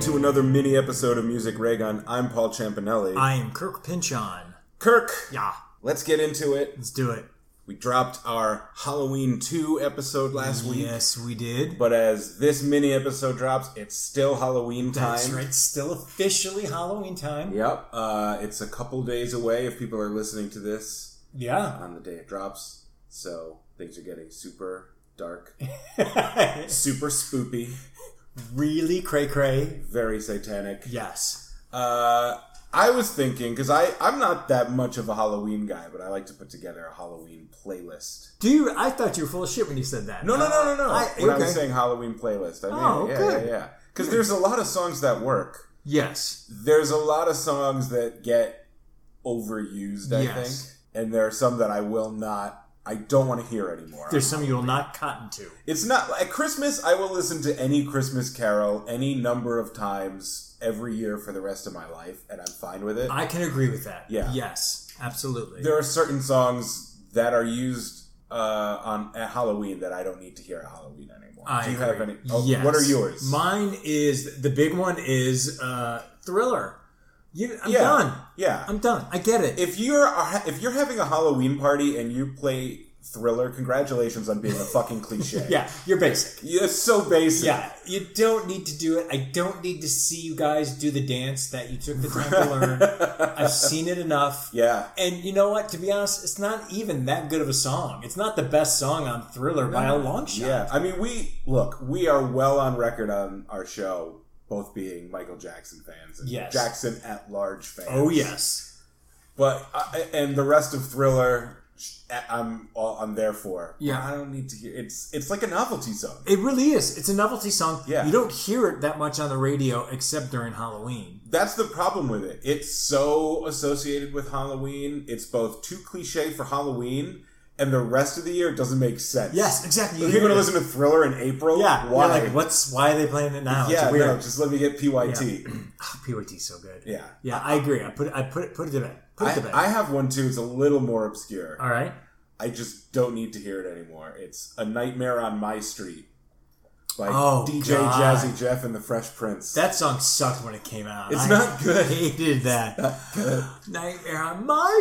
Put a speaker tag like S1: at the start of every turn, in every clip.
S1: to another mini episode of Music Raygun. I'm Paul Champanelli.
S2: I am Kirk Pinchon.
S1: Kirk,
S2: Yeah,
S1: let's get into it.
S2: let's do it.
S1: We dropped our Halloween 2 episode last week,
S2: Yes, we did.
S1: but as this mini episode drops, it's still Halloween time.
S2: That's right. Still officially Halloween time.
S1: Yep. Uh, it's a couple days away if people are listening to this
S2: Yeah.
S1: on the day it drops. So things are getting super dark, super spoopy,
S2: really cray cray.
S1: very satanic.
S2: Yes.
S1: Uh, I was thinking because I I'm not that much of a Halloween guy, but I like to put together a Halloween playlist.
S2: Do you? I thought you were full of shit when you said that.
S1: No, no, no, no, no.
S2: I-
S1: when I
S2: okay.
S1: was saying Halloween playlist, I mean,
S2: Oh,
S1: yeah,
S2: good.
S1: yeah, yeah. Because there's a lot of songs that work.
S2: Yes.
S1: There's a lot of songs that get overused, I
S2: Yes.
S1: think, and there are some that I will not. I don't want to hear anymore.
S2: There's some you'll not cotton to.
S1: It's not at Christmas. I will listen to any Christmas carol any number of times every year for the rest of my life, and I'm fine with it.
S2: I can agree with that.
S1: Yeah.
S2: Yes. Absolutely.
S1: there are certain songs that are used uh, on at Halloween that I don't need to hear at Halloween anymore.
S2: I
S1: Do you
S2: agree.
S1: have any? Oh,
S2: yes.
S1: What are yours?
S2: Mine is the big one is uh, Thriller. You, I'm
S1: Yeah.
S2: done.
S1: yeah.
S2: I'm done. I get it.
S1: if you're a- if you're having a Halloween party and you play Thriller, congratulations on being a fucking cliche.
S2: yeah. You're basic.
S1: It's so basic.
S2: Yeah, you don't need to do it. I don't need to see you guys do the dance that you took the time to learn. I've seen it enough.
S1: Yeah.
S2: And you know what? To be honest, it's not even that good of a song. It's not the best song on Thriller by a long shot.
S1: Yeah, I mean, we look, we are well on record on our show, both being Michael Jackson fans and
S2: Yes.
S1: Jackson at large fans.
S2: Oh yes,
S1: but I, and the rest of Thriller, sh- I'm all I'm there for.
S2: Yeah.
S1: I don't need to hear. It's it's like a novelty song.
S2: it really is. It's a novelty song.
S1: Yeah.
S2: you don't hear it that much on the radio except during Halloween.
S1: That's the problem with it. It's so associated with Halloween. It's both too cliche for Halloween, and the rest of the year doesn't make sense.
S2: Yes, exactly.
S1: If you're going
S2: hear
S1: to listen
S2: it.
S1: to Thriller in April.
S2: Yeah,
S1: why?
S2: You're like, what's why are they playing it now?
S1: yeah,
S2: it's weird.
S1: no, just let me get PYT.
S2: Ah, PYT's so good.
S1: Yeah.
S2: yeah, I agree. I put it, I put it, put it to bed. Put it to bed.
S1: I, I have one too. It's a little more obscure.
S2: All right.
S1: I just don't need to hear it anymore. It's A Nightmare on My Street by
S2: Oh,
S1: DJ
S2: God.
S1: Jazzy Jeff and the Fresh Prince.
S2: That song sucked when it came out.
S1: It's
S2: I
S1: not good.
S2: Hated that. Nightmare on My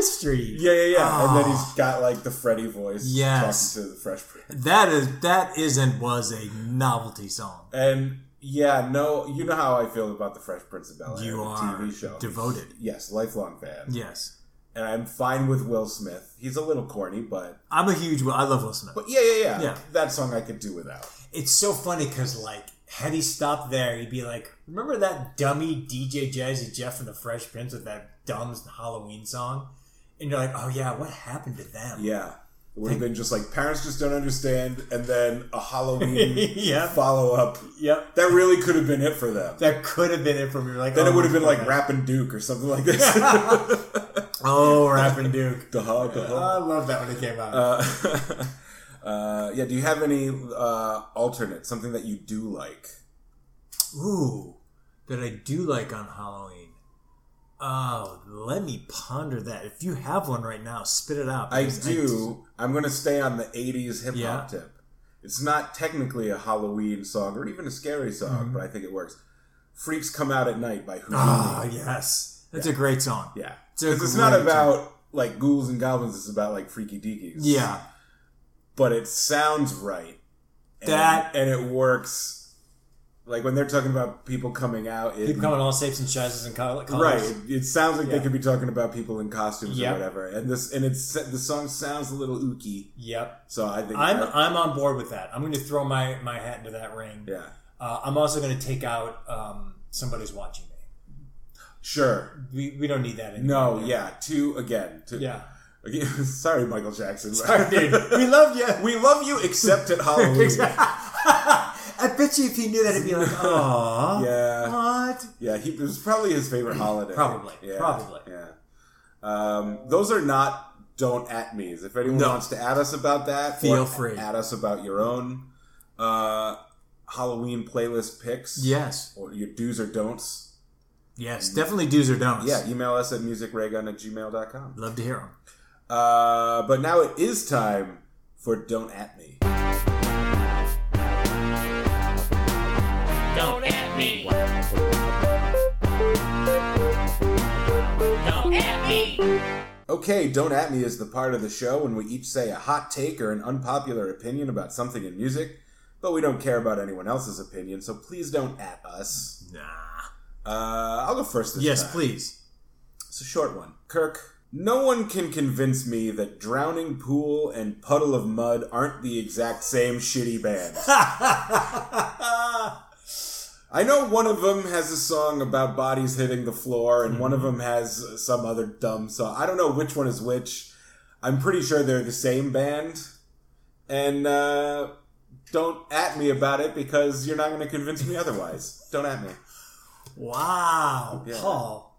S2: Street.
S1: yeah, yeah, yeah. And
S2: Oh.
S1: then he's got like the Freddy voice
S2: Yes.
S1: talking to the Fresh Prince.
S2: That is that is and was a novelty song.
S1: And yeah, no, you know how I feel about the Fresh Prince of Bel Air,
S2: You
S1: the
S2: are
S1: TV show.
S2: devoted.
S1: yes, lifelong fan.
S2: Yes,
S1: And I'm fine with Will Smith. He's a little corny, but
S2: I'm a huge. Will- I love Will Smith.
S1: but yeah, yeah, yeah.
S2: Yeah.
S1: That song I could do without.
S2: It's so funny because like had he stopped there, he'd be like, "Remember that dummy DJ Jazzy Jeff and the Fresh Prince with that dumb Halloween song?" And you're like, "Oh yeah, what happened to them?"
S1: Yeah. It would have been just like parents just don't understand, and then a Halloween
S2: Yeah.
S1: follow up.
S2: Yep.
S1: That really could have been it for them.
S2: That could have been it from you. Like
S1: Then
S2: oh,
S1: it would have been like
S2: okay.
S1: Rappin' Duke or something like this.
S2: Oh, Rappin' Duke.
S1: Duh,
S2: I
S1: duh.
S2: love that when it came out.
S1: Uh, uh, yeah, do you have any uh, alternate, something that you do like?
S2: Ooh, that I do like on Halloween. Oh, let me ponder that. If you have one right now, spit it out.
S1: I
S2: because
S1: do. I'm going to stay on the 80s hip hop
S2: Yeah.
S1: tip. It's not technically a Halloween song or even a scary
S2: Mm-hmm.
S1: song, but I think it works. Freaks Come Out at Night by Houdini.
S2: Ah, yes. That's a great song.
S1: Yeah.
S2: It's a
S1: 'Cause it's not
S2: great
S1: about like ghouls and goblins, it's about like freaky deekies.
S2: Yeah.
S1: But it sounds right. And,
S2: That-
S1: and it works. Like when they're talking about people coming out, it,
S2: Keep coming all shapes and sizes and col- colors.
S1: right? It, it sounds like
S2: Yeah.
S1: they could be talking about people in costumes
S2: Yeah.
S1: or whatever. And this and it's the song sounds a little ooky,
S2: Yep.
S1: so I think
S2: I'm
S1: I-
S2: I'm on board with that. I'm going to throw my, my hat into that ring.
S1: yeah,
S2: Uh, I'm also going to take out um, somebody's watching me.
S1: sure.
S2: We, we don't need that anymore.
S1: No, yeah. Two again. Two,
S2: Yeah.
S1: Again, sorry, Michael Jackson.
S2: Sorry, dude. We love you.
S1: we love you except at Halloween.
S2: I bet you if he knew that, he'd be like, "Aw,
S1: Yeah.
S2: what?"
S1: Yeah, he, it was probably his favorite holiday.
S2: Probably,
S1: Yeah,
S2: probably.
S1: Yeah. Um, those are not don't at me's. If anyone
S2: No.
S1: wants to at us about that,
S2: Feel
S1: or
S2: free.
S1: At us about your own uh, Halloween playlist picks.
S2: Yes,
S1: Or your do's or don'ts.
S2: yes, definitely do's or don'ts.
S1: Mm. Yeah, email us at musicraygun at gmail.com.
S2: love to hear them.
S1: Uh, but now it is time for Don't At Me.
S3: Don't at me.
S1: Okay, Don't At Me is the part of the show when we each say a hot take or an unpopular opinion about something in music, but we don't care about anyone else's opinion, so please don't at us.
S2: Nah.
S1: Uh, I'll go first this
S2: Yes,
S1: time.
S2: please.
S1: It's a short one. Kirk, no one can convince me that Drowning Pool and Puddle of Mud aren't the exact same shitty band. I know one of them has a song about bodies hitting the floor, and one of them
S2: Mm-hmm.
S1: has some other dumb song. I don't know which one is which. I'm pretty sure they're the same band. And uh, don't at me about it because you're not going to convince me otherwise. Don't at me.
S2: wow,
S1: Yeah.
S2: Paul.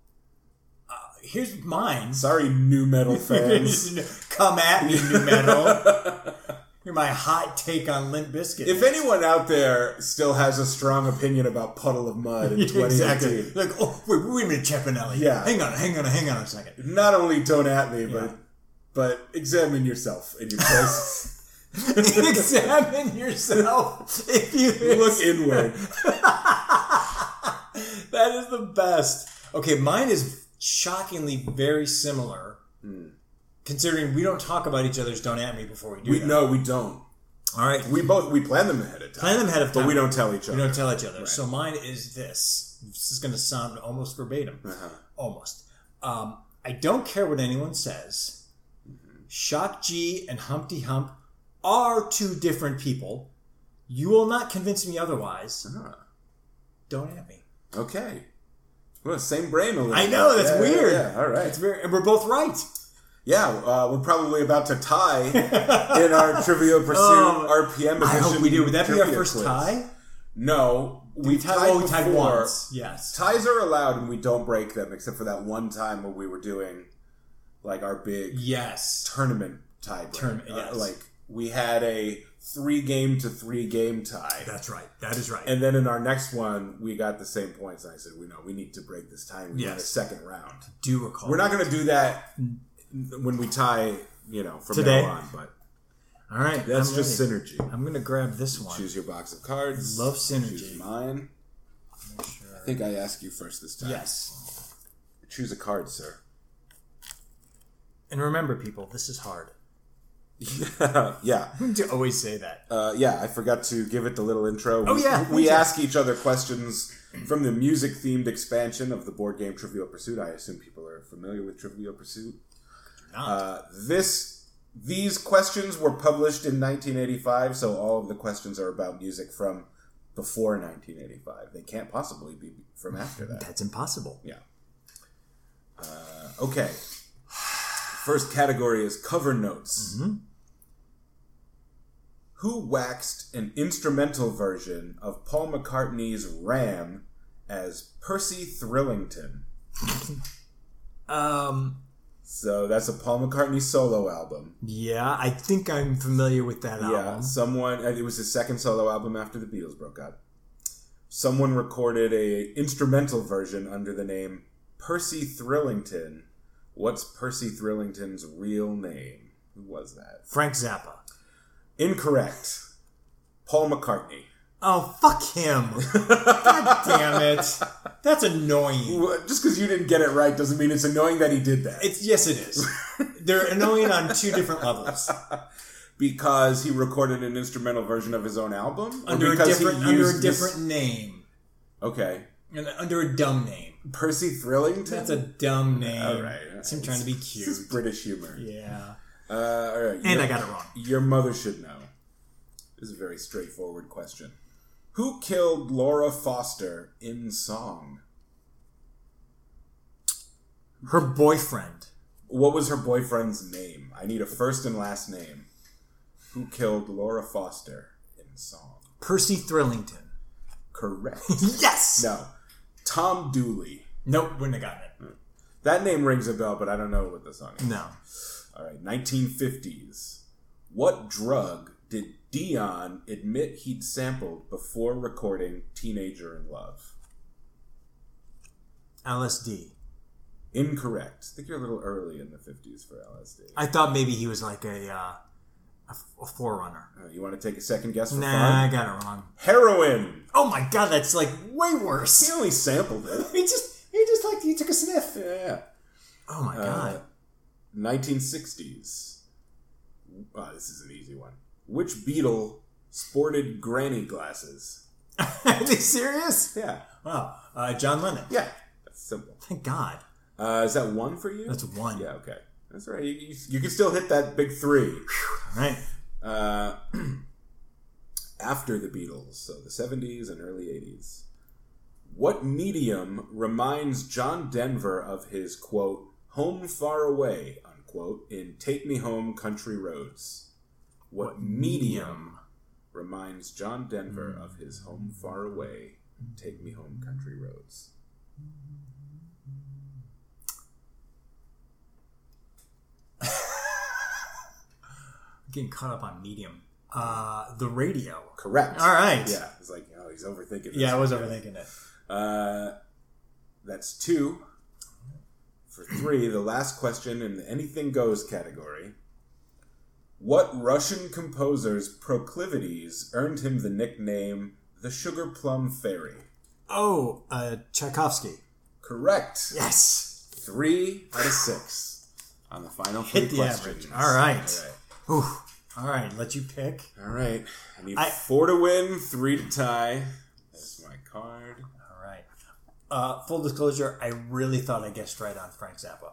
S2: Uh, here's mine.
S1: Sorry, new metal fans.
S2: Come at me, new metal. You're my hot take on Limp Biscuit.
S1: If anyone out there still has a strong opinion about Puddle of Mud in 2018,
S2: exactly. Like, oh, wait, wait a minute, Chepanelli.
S1: Yeah.
S2: Hang on, hang on, hang on a second.
S1: not only don't at me,
S2: Yeah.
S1: but but examine yourself and your choices.
S2: Examine yourself if you
S1: Look inward.
S2: that is the best. Okay, mine is shockingly very similar,
S1: Hmm.
S2: considering we don't talk about each other's "Don't at me" before we do.
S1: We
S2: that.
S1: no, we don't.
S2: All right,
S1: We both we plan them ahead of time,
S2: plan them ahead of time,
S1: but we don't tell each
S2: We
S1: other.
S2: don't tell each other. So mine is this. This is going to sound almost verbatim,
S1: Uh-huh.
S2: almost. Um, I don't care what anyone says. Shock G and Humpty Hump are two different people. You will not convince me otherwise.
S1: Ah,
S2: Don't at me.
S1: okay. Well, same brain a little.
S2: I know
S1: bit.
S2: that's
S1: Yeah, yeah,
S2: weird.
S1: Yeah, all right.
S2: It's very, and we're both right.
S1: Yeah, uh, we're probably about to tie in our Trivial Pursuit
S2: Oh,
S1: RPM.
S2: I hope
S1: edition
S2: we do. Would that be our
S1: trivia
S2: first
S1: quiz.
S2: tie?
S1: No, we tied,
S2: oh, we tied
S1: before.
S2: once. Yes.
S1: Ties are allowed, and we don't break them, except for that one time when we were doing like our big
S2: Yes.
S1: tournament tie. break.
S2: Tournament,
S1: Uh,
S2: yes.
S1: like we had a three game to three game tie.
S2: That's right. That is right.
S1: And then in our next one, we got the same points. And I said, "We know we need to break this time. We want a
S2: Yes.
S1: second round.
S2: do recall.
S1: We're not going to do that when we tie. You know, from
S2: Today.
S1: now on. But
S2: All right.
S1: that's
S2: I'm
S1: just
S2: ready.
S1: synergy.
S2: I'm gonna grab this one.
S1: Choose your box of cards.
S2: Love synergy.
S1: Choose mine.
S2: Make sure.
S1: I think I ask you first this time.
S2: Yes.
S1: Choose a card, sir.
S2: And remember, people, this is hard.
S1: yeah.
S2: to always say that.
S1: Uh, yeah, I forgot to give it the little intro.
S2: Oh,
S1: We-
S2: yeah,
S1: we
S2: me too.
S1: ask each other questions from the music-themed expansion of the board game Trivial Pursuit. I assume people are familiar with Trivial Pursuit.
S2: Not.
S1: Uh, this these questions were published in 1985, so all of the questions are about music from before 1985. They can't possibly be from after that.
S2: That's impossible.
S1: Yeah. Uh, okay. First category is cover notes. Who waxed an instrumental version of Paul McCartney's Ram as Percy Thrillington?
S2: Um.
S1: So that's a Paul McCartney solo album.
S2: Yeah, I think I'm familiar with that
S1: Yeah,
S2: album.
S1: someone. and It was his second solo album after the Beatles broke up. Someone recorded a instrumental version under the name Percy Thrillington. What's Percy Thrillington's real name? Who was that?
S2: Frank Zappa.
S1: Incorrect. Paul McCartney.
S2: Oh fuck him! God damn it! That's annoying.
S1: Well, uh, Just because you didn't get it right doesn't mean it's annoying that he did that.
S2: It's yes, it is. They're annoying on two different levels.
S1: because he recorded an instrumental version of his own album, Or
S2: Under a
S1: because he
S2: different, under a
S1: used this-
S2: different name,
S1: Okay,
S2: and uh, under a dumb name.
S1: Percy Thrillington.
S2: That's a dumb name.
S1: All right, all
S2: It's him
S1: right.
S2: trying to be
S1: This is
S2: cute.
S1: British humor.
S2: Yeah.
S1: Uh, all right.
S2: And
S1: your,
S2: I got it wrong.
S1: Your mother should know. This is a very straightforward question. Who killed Laura Foster in song?
S2: Her boyfriend.
S1: What was her boyfriend's name? I need a first and last name. Who killed Laura Foster in song?
S2: Percy Thrillington.
S1: Correct.
S2: Yes!
S1: no. Tom Dooley.
S2: Nope, wouldn't have gotten it.
S1: That name rings a bell, but I don't know what the song is.
S2: No.
S1: All right, 1950s. What drug did Dion admit he'd sampled before recording Teenager in Love?
S2: LSD.
S1: Incorrect. I think you're a little early in the 50s for LSD.
S2: I thought maybe he was like a, uh, a, f- a forerunner.
S1: Uh, you want to take a second guess for
S2: Nah,
S1: fun?
S2: I got it wrong.
S1: Heroin!
S2: Oh my god, that's like way
S1: He
S2: worse.
S1: only sampled it.
S2: He just, he just like, he took a sniff.
S1: Yeah.
S2: Oh my
S1: Uh,
S2: god.
S1: 1960s. Oh, this is an easy one. Which Beatle sported granny glasses?
S2: Are they serious?
S1: Yeah,
S2: Wow. Uh, John Lennon.
S1: yeah, that's simple.
S2: Thank God.
S1: Uh, is that one for you?
S2: That's one.
S1: yeah, okay. That's all right. You, you, you can still hit that big three.
S2: All right.
S1: Uh, after the Beatles, so the 70s and early 80s, what medium reminds John Denver of his, quote, home far away, unquote, in Take Me Home Country Roads? What medium reminds John Denver
S2: Hmm.
S1: of his home far away, Take Me Home Country Roads?
S2: I'm getting caught up on medium. Uh, the radio.
S1: Correct.
S2: All right.
S1: Yeah, it's like, oh, he's overthinking this.
S2: Yeah, I was overthinking it.
S1: Uh, that's two. For three, the last question in the anything goes category. What Russian composer's proclivities earned him the nickname the Sugar Plum Fairy?
S2: Oh, uh, Tchaikovsky.
S1: Correct.
S2: Yes.
S1: Three out of six on the final three
S2: Hit the
S1: questions.
S2: average. All right.
S1: All right.
S2: Ooh. All right. Let you pick.
S1: All right. I need
S2: I-
S1: four to win, three to tie. That's my card.
S2: All right. Uh, full disclosure, I really thought I guessed right on Frank Zappa.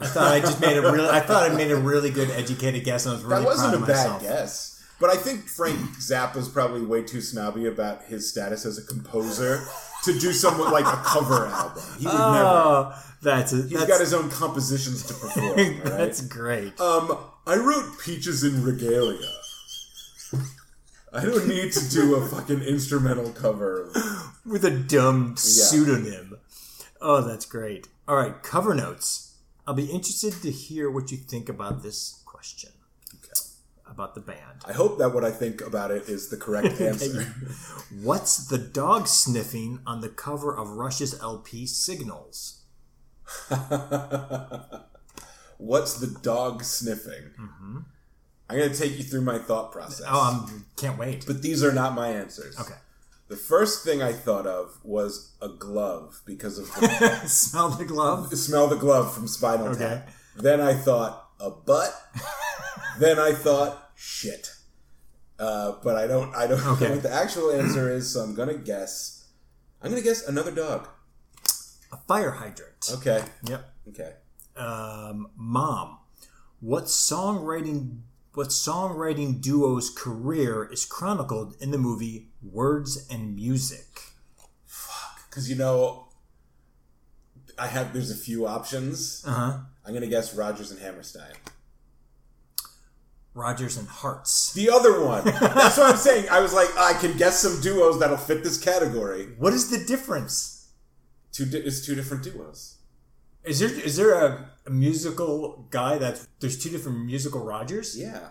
S2: I thought I just made a really. I thought I made a really good educated guess, and I was really
S1: That wasn't a
S2: proud
S1: bad
S2: of myself.
S1: guess. But I think Frank Zappa's probably way too snobby about his status as a composer to do somewhat like a cover album. He would never.
S2: Oh, that's a,
S1: He's
S2: that's
S1: got his own compositions to perform. all right?
S2: that's great.
S1: Um, I wrote Peaches in Regalia. I don't need to do a fucking instrumental cover. of-
S2: with a dumb pseudonym. Oh, that's great. All right, cover notes. I'll be interested to hear what you think about this question about the band.
S1: I hope that what I think about it is the correct answer.
S2: What's the dog sniffing on the cover of Rush's LP Signals?
S1: What's the dog sniffing? I'm going to take you through my thought process.
S2: Mm-hmm. Oh, I'm can't wait.
S1: But these are not my answers.
S2: Okay.
S1: The first thing I thought of was a glove because of the
S2: Smell the glove.
S1: smell the glove from Spinal
S2: Okay.
S1: Tap. Then I thought a butt. then I thought shit. Uh, but I don't I don't
S2: Okay.
S1: know what the actual answer is, so I'm gonna guess. I'm gonna guess another dog.
S2: A fire hydrant.
S1: Okay.
S2: Yep.
S1: Okay.
S2: um, mom what songwriting what songwriting duo's career is chronicled in the movie words and music
S1: Because you know, I have there's a few options.
S2: uh-huh
S1: I'm gonna guess Rogers and Hammerstein.
S2: rogers and hearts
S1: The other one. That's what I'm saying. I was like, I can guess some duos that'll fit this category.
S2: what is the difference
S1: Two, di- it's two different duos.
S2: is there is there a, a musical guy that there's two different musical rogers
S1: Yeah,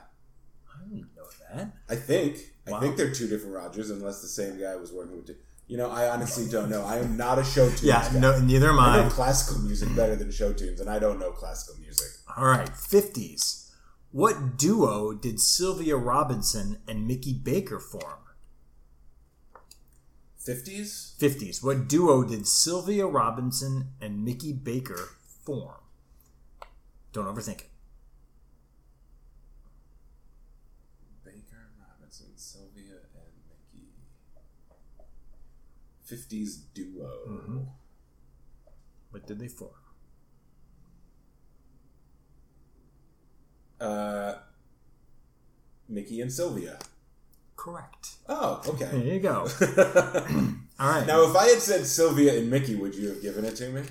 S2: i didn't know that
S1: I think. I
S2: Wow.
S1: think they're two different Rogers, unless the same guy was working with. Two. You know, I honestly don't know. I am not a show tunes.
S2: yeah
S1: guy.
S2: no neither am
S1: I
S2: i
S1: know classical music better than show tunes, and I don't know classical music.
S2: all right 50s what duo did sylvia robinson and mickey baker form
S1: Fifties.
S2: 50s. What duo did Sylvia Robinson and Mickey Baker form? Don't overthink it.
S1: Baker Robinson, Sylvia, and Mickey. Fifties duo.
S2: Mm-hmm. What did they form?
S1: Uh, Mickey and Sylvia.
S2: Correct.
S1: Oh,
S2: There
S1: okay.
S2: you go. All right.
S1: Now, if I had said Sylvia and Mickey, would you have given it to me?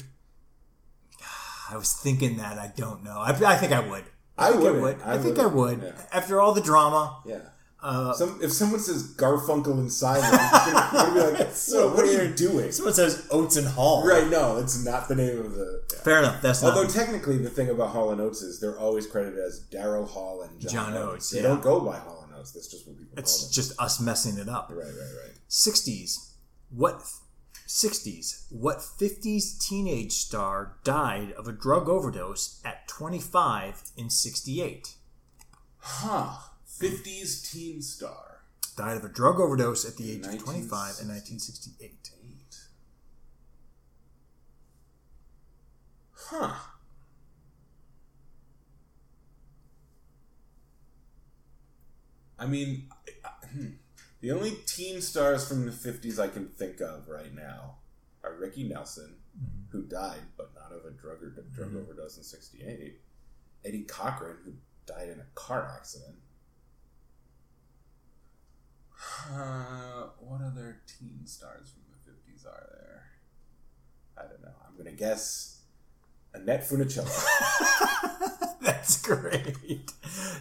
S2: I was thinking that. I don't know. I, I think I would.
S1: I
S2: think I
S1: wouldn't.
S2: would.
S1: I
S2: I, think I would.
S1: wouldn't.
S2: After all the drama.
S1: Yeah.
S2: Uh,
S1: Some, if someone says Garfunkel and Simon, you're gonna, you're gonna be like,
S2: so
S1: "What- what are you doing?
S2: Someone says Oates and Hall.
S1: Right? No, it's not the name of the. yeah.
S2: Fair enough. That's
S1: Although
S2: not.
S1: technically, the thing about Hall and Oates is they're always credited as Daryl Hall and John,
S2: John
S1: Oates.
S2: Oates,
S1: They
S2: yeah.
S1: don't go by Hall and Oates. That's just what people
S2: It's just us messing it up.
S1: call them. Right, right, right.
S2: 60s. What 60s? What 50s teenage star died of a drug overdose at 25 in 68?
S1: Huh? Fifties teen star.
S2: Died of a drug overdose at the age of 25 in
S1: 1968.
S2: 1968.
S1: Huh? I mean, I- hmm. the only teen stars from the 50s I can think of right now are Ricky Nelson, who died but not of a drug, or, drug
S2: Mhm.
S1: overdose in 68, Eddie Cochran, who died in a car accident. Uh, what other teen stars from the 50s are there? I don't know. I'm going to guess Annette Funicello.
S2: That's great.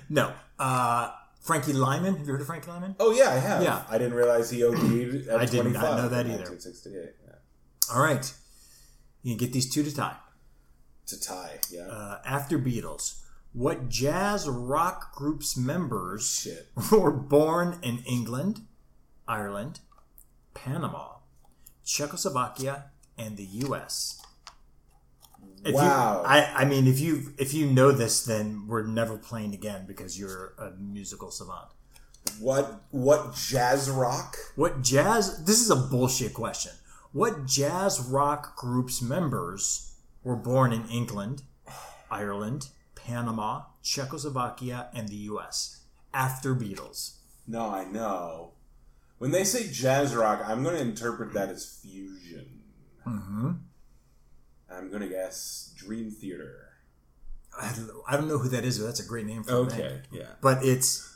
S2: No. Uh, Frankie Lyman. Have you heard of Frankie Lyman?
S1: Oh yeah, I have.
S2: Yeah.
S1: I didn't realize he OD'd at
S2: I did not
S1: 25
S2: know that
S1: in
S2: either.
S1: 1968. Yeah.
S2: All right. You can get these two to tie.
S1: To tie, yeah.
S2: Uh, after Beatles, what jazz rock group's members
S1: Shit.
S2: were born in England, Ireland, Panama, Czechoslovakia, and the U.S.? If
S1: Wow.
S2: You, I, I mean, if you if you know this, then we're never playing again because you're a musical savant.
S1: What what jazz rock?
S2: What jazz? This is a bullshit question. What jazz rock group's members were born in England, Ireland, Panama, Czechoslovakia, and the U.S. after Beatles?
S1: No, I know. When they say jazz rock, I'm going to interpret that as fusion.
S2: Mm-hmm.
S1: I'm going to guess Dream Theater.
S2: I don't, know, I don't know who that is, but that's a great name for a band.
S1: Okay, yeah.
S2: But it's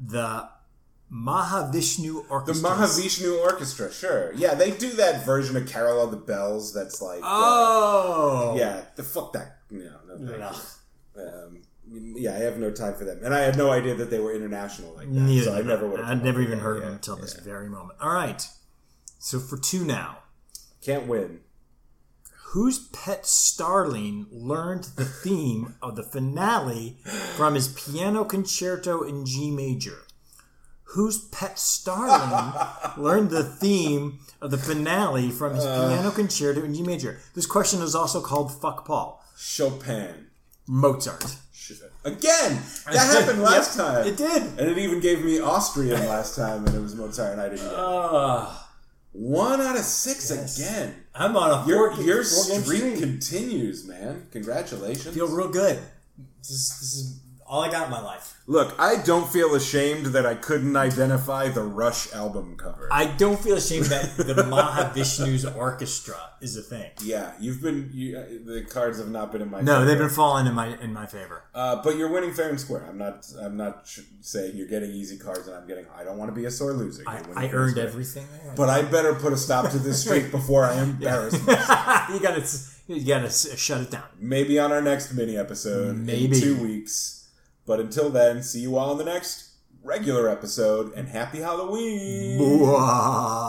S2: the Mahavishnu
S1: The
S2: Orchestra.
S1: Mahavishnu Orchestra, sure. Yeah, they do that version of Carol of the Bells that's like uh,
S2: Oh,
S1: Yeah, the fuck that. No, no. Thank
S2: Ugh.
S1: you. Um, yeah, I have no time for them. And I had no idea that they were international like that.
S2: Neither
S1: so I
S2: did
S1: never would have
S2: I'd never even heard of him until this very moment. All right. So for two now.
S1: Can't win.
S2: Whose pet starling learned the theme of the finale from his piano concerto in G major? Whose pet starling learned the theme of the finale from his piano concerto in G major? This question is also called Fuck Paul.
S1: Chopin.
S2: Mozart.
S1: Shit. Again! That happened last
S2: Yep,
S1: time.
S2: It did.
S1: And it even gave me Austrian last time, and it was Mozart, and I didn't get it.
S2: Uh,
S1: One out of six
S2: Yes.
S1: again.
S2: I'm on a
S1: Your,
S2: four-
S1: your
S2: four-game
S1: streak continues, man. Congratulations.
S2: feel real good. This is, this is all I got in my life.
S1: Look, I don't feel ashamed that I couldn't identify the Rush album cover.
S2: I don't feel ashamed that the Mahavishnu's orchestra is a thing.
S1: yeah, you've been. You, uh, the cards have not been in my.
S2: No, they've
S1: favor.
S2: been falling in my in my favor.
S1: Uh, but you're winning fair and square. I'm not. I'm not sh- saying you're getting easy cards, and I'm getting. I don't want to be a sore loser.
S2: I,
S1: You're winning
S2: I
S1: fair and
S2: earned
S1: square.
S2: everything there.
S1: But I better put a stop to this streak before I embarrass. myself.
S2: you gotta s- you gotta s- shut it down.
S1: Maybe on our next mini episode
S2: Maybe.
S1: in two weeks. But until then, see you all in the next regular episode, and happy Halloween.
S2: Bwah.